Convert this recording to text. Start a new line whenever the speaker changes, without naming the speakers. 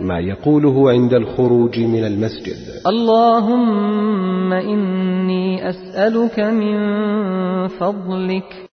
ما يقوله عند الخروج من المسجد
اللهم إني أسألك من فضلك